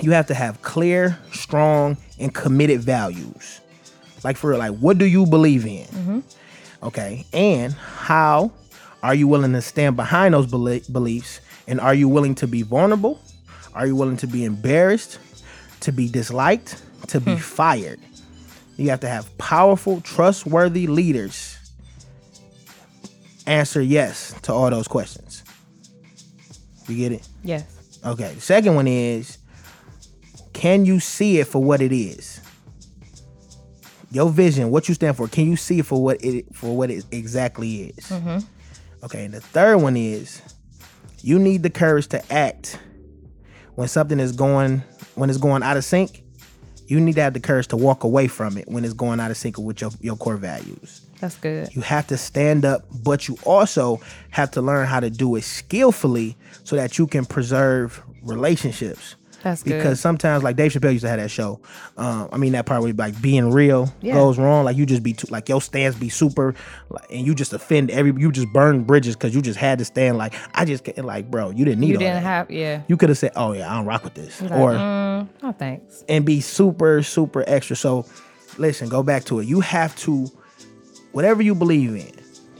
you have to have clear, strong, and committed values. Like for real, like what do you believe in? Okay, and how are you willing to stand behind those beli- beliefs? And are you willing to be vulnerable? Are you willing to be embarrassed? To be disliked? To be fired? You have to have powerful, trustworthy leaders answer yes to all those questions. You get it?
yes.
Okay. The second one is can you see it for what it is? Your vision, what you stand for, can you see it for what it for what it exactly is? Okay, and the third one is you need the courage to act when something is going when it's going out of sync. You need to have the courage to walk away from it when it's going out of sync with your, your core values.
That's good.
You have to stand up, but you also have to learn how to do it skillfully so that you can preserve relationships.
That's good.
Because sometimes, like Dave Chappelle used to have that show. Um, I mean, that part where like being real
Yeah.
goes wrong. Like you just be too, like your stance be super, like, and you just offend every. You just burn bridges because you just had to stand. Like I just can't. Like bro, you didn't need.
you
all
didn't
that.
have mm. yeah.
You could have said, "Oh yeah, I don't rock with this," or
No thanks.
and be super super extra so listen go back to it you have to whatever you believe in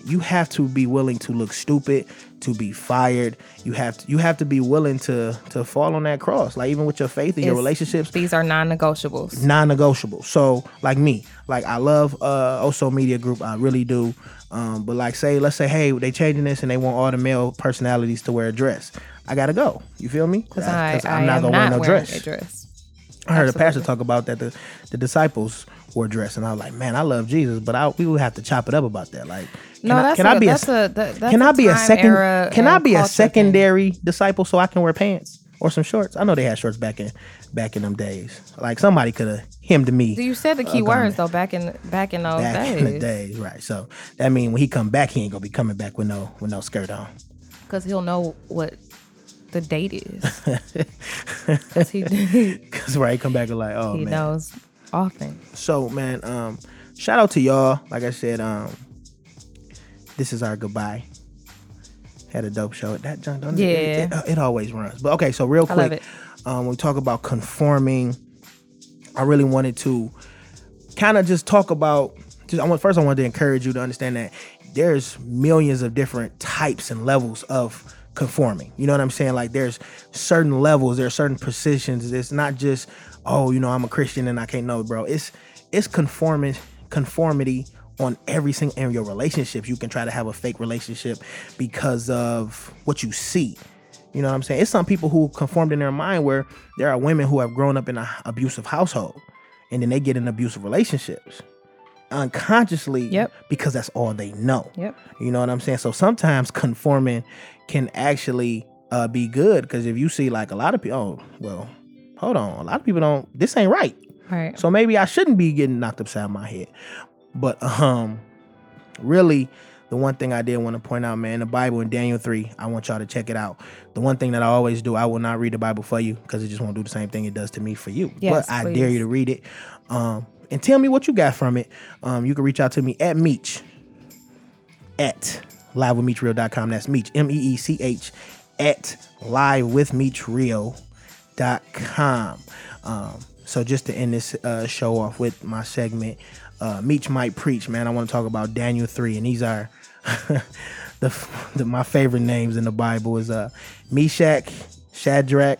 you have to be willing to look stupid to be fired you have to you have to be willing to to fall on that cross like even with your faith and your
It's-
relationships Mm-hmm.
These are non-negotiables.
non-negotiable so like me like i love uh oso media group i really do um but like say let's say hey they changing this and they want all the male personalities to wear a dress i gotta go you feel me
'Cause I, I
i'm not
am
gonna
not
wear no
wearing
dress
a dress.
I heard a pastor
Absolutely.
talk about that the, the disciples wore dress, and I was like, man, I love Jesus, but I, we would have to chop it up about that. Like, can
No,
I,
that's
can
a,
I be
that's
a,
a, that- that's
can
a
I be a
time
second
era
can I
and
be a
culture thing.
secondary disciple so I can wear pants or some shorts? I know they had shorts back in back in them days. Like somebody could have hemmed me
You said the key words though back in back in those
back in the
days
days, right? So that mean when he come back, he ain't gonna be coming back with no with no skirt on.
because he'll know what the date is. 'Cause he he
Cause right, he come back and like, oh man,
knows often.
So man, um, shout out to y'all. Like I said, um, This is our goodbye. Had a dope show. That junk don't
Yeah.
it, it, it always runs. But okay, so real
I
quick,
love
um, we talk about conforming. I really wanted to kind of just talk about. Just I want first I wanted to encourage you to understand that there's millions of different types and levels of conforming. You know what I'm saying? Like there's certain levels, there's certain positions. It's not just oh, you know, I'm a Christian and I can't know, bro. It's it's conforming conformity on every single in your relationships. You can try to have a fake relationship because of what you see. You know what I'm saying? It's some people who conformed in their mind where there are women who have grown up in an abusive household and then they get in abusive relationships unconsciously
Yep.
because that's all they know.
Yep.
You know what I'm saying? So sometimes conforming can actually uh, be good because if you see like a lot of people, oh, well, hold on, a lot of people don't, this ain't right.
Right.
So maybe I shouldn't be getting knocked upside my head. But um really the one thing I did want to point out, man, the Bible in Daniel 3, I want y'all to check it out. The one thing that I always do, I will not read the Bible for you because it just won't do the same thing it does to me for you.
Yes,
but I
please.
dare you to read it. Um and tell me what you got from it. Um you can reach out to me at Meech at livewithmeechrio.com. That's Meech, M E E C H, at livewithmeechrio.com. Um, so just to end this uh, show off with my segment, uh, Meech might preach, man. I want to talk about Daniel three, and these are the, the my favorite names in the Bible is uh, Meshach, Shadrach,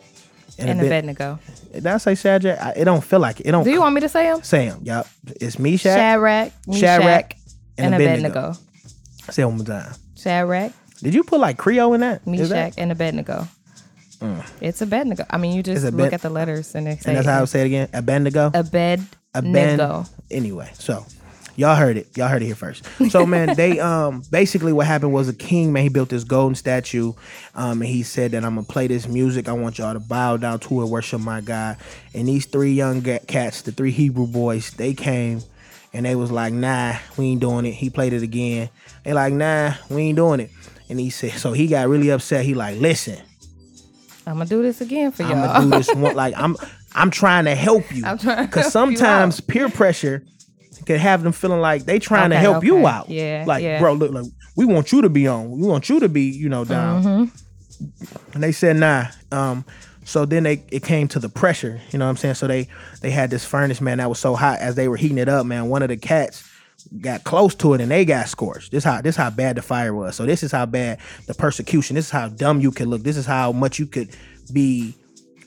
And
Abed-
Abednego.
Did I say Shadrach? I, it don't feel like it. It don't.
Do you want me to say them?
Sam, yep. It's Meshach,
Shadrach, Meshach, and Abednego.
Say it one more time.
Shadrach,
Did you put like Creole in that? Is that- Mm.
Meshach, and Abednego. It's Abednego. I mean, you just
It's Abed-
look at the letters and they say
And that's how I would say it again. Abednego.
Abednego.
Abednego. Anyway, so y'all heard it. Y'all heard it here first. So man, they um basically what happened was a king man. He built this golden statue, um, and he said that I'm gonna play this music. I want y'all to bow down to it, worship my God. And these three young ga- cats, the three Hebrew boys, they came. And they was like, nah, we ain't doing it. He played it again. They like, nah, we ain't doing it. And he said, so he got really upset. He like, listen,
I'm gonna do this again for y'all.
I'm gonna do this one. Like I'm, I'm trying to help you.
I'm trying to
Because
help you
sometimes peer pressure can have them feeling like they trying to
Okay,
help you
okay.
out.
Yeah,
Like,
yeah.
bro, look, like we want you to be on. We want you to be, you know, down.
Mm-hmm.
And they said, nah. Um, so then they it came to the pressure. You know what I'm saying? So they they had this furnace, man, that was so hot as they were heating it up, man. One of the cats got close to it and they got scorched. This how this how bad the fire was. So this is how bad the persecution. This is how dumb you could look. This is how much you could be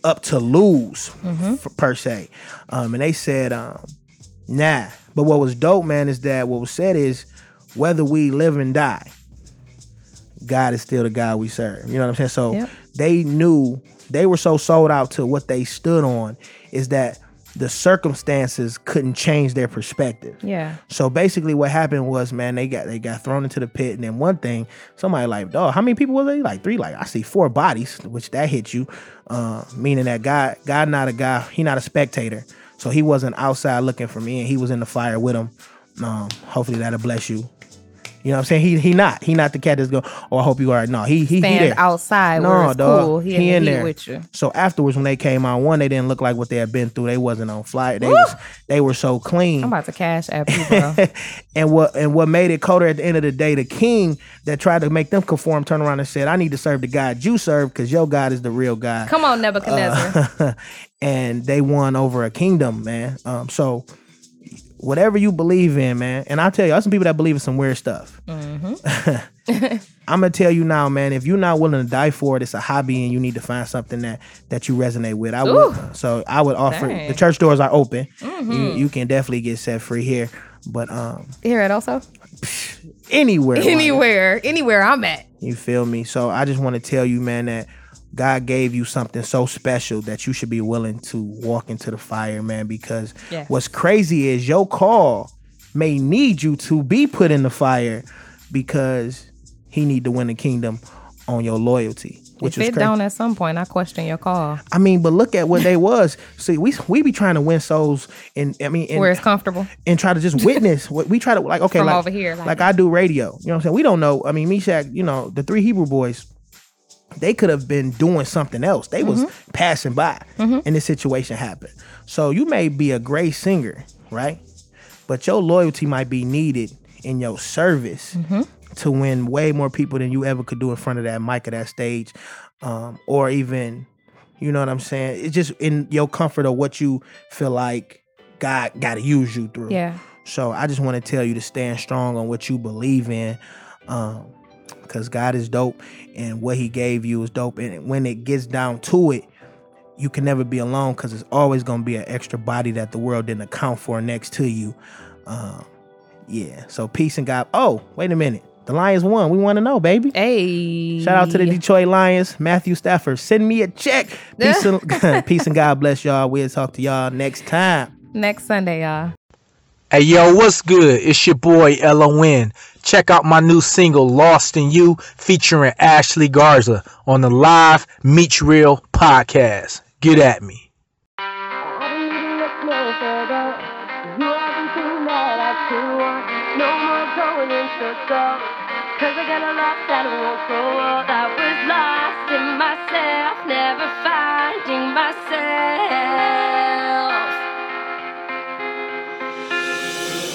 up to lose f- per se. Um, and they said, um, nah. But what was dope, man, is that what was said is whether we live and die, God is still the God we serve. You know what I'm saying? So
Yep.
they knew they were so sold out to what they stood on is that the circumstances couldn't change their perspective.
Yeah.
So basically, what happened was, man, they got they got thrown into the pit, and then one thing, somebody like, dog, how many people were they? Like three. Like I see four bodies, which that hit you, uh, meaning that God, God not a guy, he not a spectator, so he wasn't outside looking from in. He was in the fire with him. Um, hopefully that'll bless you. You know what I'm saying? He he not he not the cat that's going. Oh, I hope you are. No, he he he
Stand
there.
outside where it's
dawg.
cool. He, in, the heat with you.
So afterwards, when they came out, one they didn't look like what they had been through. They wasn't on flight. They was they were so clean.
I'm about to cash app you, bro.
and what and what made it colder at the end of the day, the king that tried to make them conform turned around and said, "I need to serve the God you serve because your God is the real God."
Come on,
Uh,
Nebuchadnezzar.
and they won over a kingdom, man. Um, so whatever you believe in, man, and I tell you, there's some people that believe in some weird stuff.
Mm-hmm.
I'm gonna tell you now, man. If you're not willing to die for it, it's a hobby, and you need to find something that that you resonate with. I would, uh, so I would offer.
Dang. Mm-hmm.
The church doors are open. You, you can definitely get set free here, but um,
Hear it also?
anywhere, Wanda,
Anywhere, anywhere I'm at.
you feel me? So I just want to tell you, man, that God gave you something so special that you should be willing to walk into the fire, man. Because
Yes.
what's crazy is your call may need you to be put in the fire because He need to win the kingdom on your loyalty, which
if it
is crazy.
don't at some point, I question your call.
I mean, but look at what they was. See, we we be trying to win souls, and I mean, and,
Where it's comfortable.
and try to just witness what we try to like okay
From
like,
over here, like-
like, I do radio. You know what I'm saying? We don't know. I mean, Meshach, you know, the three Hebrew boys, they could have been doing something else. They was
Mm-hmm.
passing by and this situation happened. So you may be a great
Mm-hmm.
singer, right? But your loyalty might be needed in your service to win way more people than you ever could do in front of that mic or that stage, um, or even, you know what I'm saying? It's just in your comfort of what you feel like God got to use you through.
Yeah.
So I just want to tell you to stand strong on what you believe in, um, because God is dope, and what He gave you is dope. And when it gets down to it, you can never be alone, because it's always gonna be an extra body that the world didn't account for next to you. Um, yeah. So peace and God. Oh, wait a minute. The Lions won. We want to know, baby.
Hey.
Shout out to the Detroit Lions, Matthew Stafford. Send me a check. Peace and, peace and God bless y'all. We'll talk to y'all next time.
next Sunday, y'all.
Hey yo, what's good? It's your boy LON. Check out my new single Lost in You featuring Ashley Garza on the live Meet Real podcast. Get at me.
I don't need to look no further. You are everything that I could want. No more going in circles. Cause I got a lot that won't grow old. I was lost in myself, never finding myself.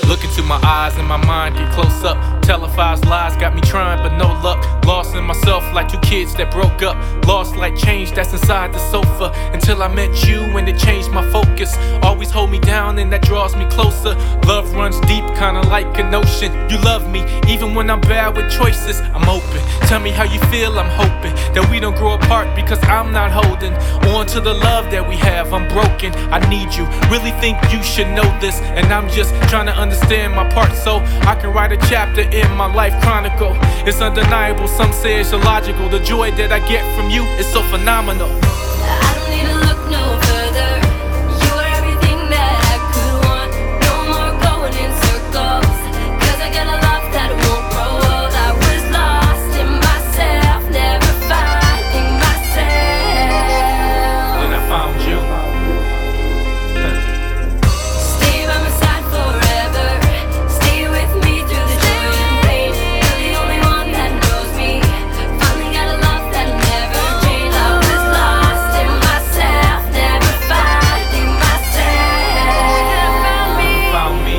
Look into my eyes and my mind get close up. Televised lies got me trying, but no luck. Lost in myself like two kids that broke up. Lost like change that's inside the sofa. Until I met you and it changed my focus. Always hold me down and that draws me closer. Love runs deep, kinda like an ocean. You love me, even when I'm bad with choices. I'm open. Tell me how you feel, I'm hoping that we don't grow apart because I'm not holding on to the love that we have. I'm broken, I need you. Really think you should know this, and I'm just trying to understand my part so I can write a chapter in my life chronicle. It's undeniable, some say it's illogical. The joy that I get from you is so phenomenal.
I don't need to look no further. You are everything that I could want. No more going in circles. Cause I got a love that won't grow old. I was lost in myself, never finding myself.
Then I found you.
Stay by my side forever. Stay with me through the joy and pain. You're the only one that knows me. Finally got a love that never changed. I was lost in myself, never finding myself.
Found me.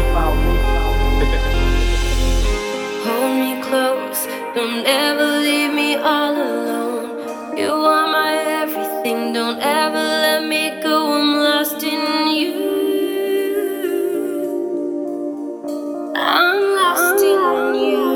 Hold me close, don't ever leave me all alone. You are my everything, don't ever let me go. I'm lost in you. I'm lost in you.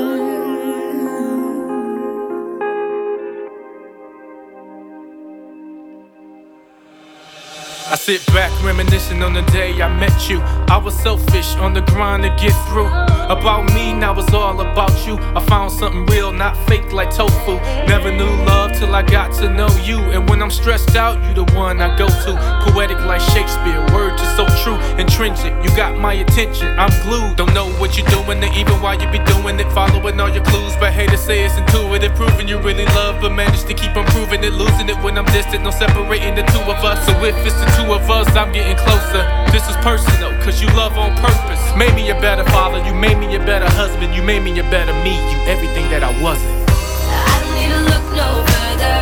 I sit back reminiscing on the day I met you. I was selfish on the grind to get through. About me, now it's all about you. I found something real, not fake like tofu. Never knew love till I got to know you. And when I'm stressed out, you the one I go to. Poetic like Shakespeare, words are so true. Intrinsic, you got my attention. I'm glued. Don't know what you're doing, or even why you be doing it. Following all your clues, but haters say it's intuitive. Proving you really love, but manage to keep on proving it. Losing it when I'm distant, no separating the two of us. So if it's the two of us, I'm getting closer. This is personal, cause you love on purpose. Made me a better father, you made me a better husband, you made me a better me. You everything that I wasn't.
I don't need to look no further.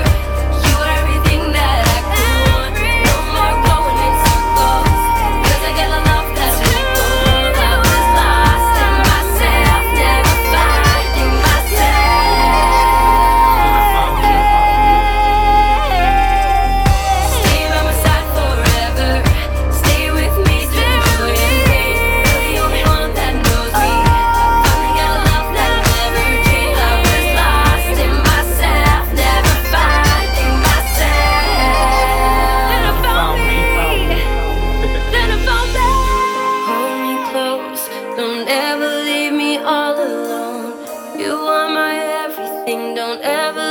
You are everything that I could want. No more going in circles. 'Cause I got a love that's won't I was lost in myself, never finding myself. Stay by my side forever. Stay with me through joy and pain. You're the only one that knows me. Finally got a love that never changed. I was lost in myself, never finding myself. Then I found me. Then I found me. Hold me close. Don't ever leave me all alone. You are my everything. Don't ever